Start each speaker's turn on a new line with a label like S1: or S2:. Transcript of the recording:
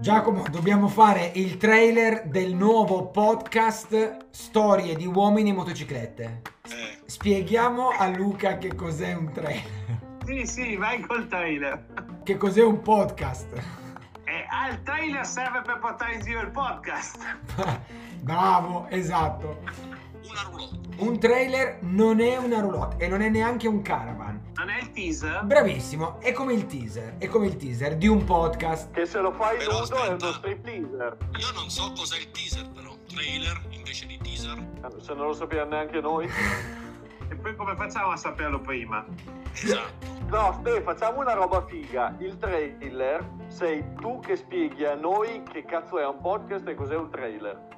S1: Giacomo, dobbiamo fare il trailer del nuovo podcast Storie di uomini in motociclette.
S2: Eh.
S1: Spieghiamo a Luca che cos'è un trailer,
S3: Sì, sì, vai col trailer.
S1: che cos'è un podcast.
S3: Eh, ah, il trailer serve per portare in giro il podcast.
S1: Bravo, esatto.
S2: Una roulotte.
S1: Un trailer non è una roulotte e non è neanche un caravan.
S3: Non è il teaser?
S1: Bravissimo, è come il teaser, è come il teaser di un podcast.
S4: Che se lo fai
S2: Però
S4: nudo è
S2: aspetta.
S4: uno stripteaser.
S2: Io non so cos'è il teaser però. Trailer invece di teaser.
S4: Se non lo sappiamo neanche noi.
S3: E poi come facciamo a saperlo prima?
S2: Esatto.
S4: No, Ste, facciamo una roba figa. Il trailer sei tu che spieghi a noi che cazzo è un podcast e cos'è un trailer.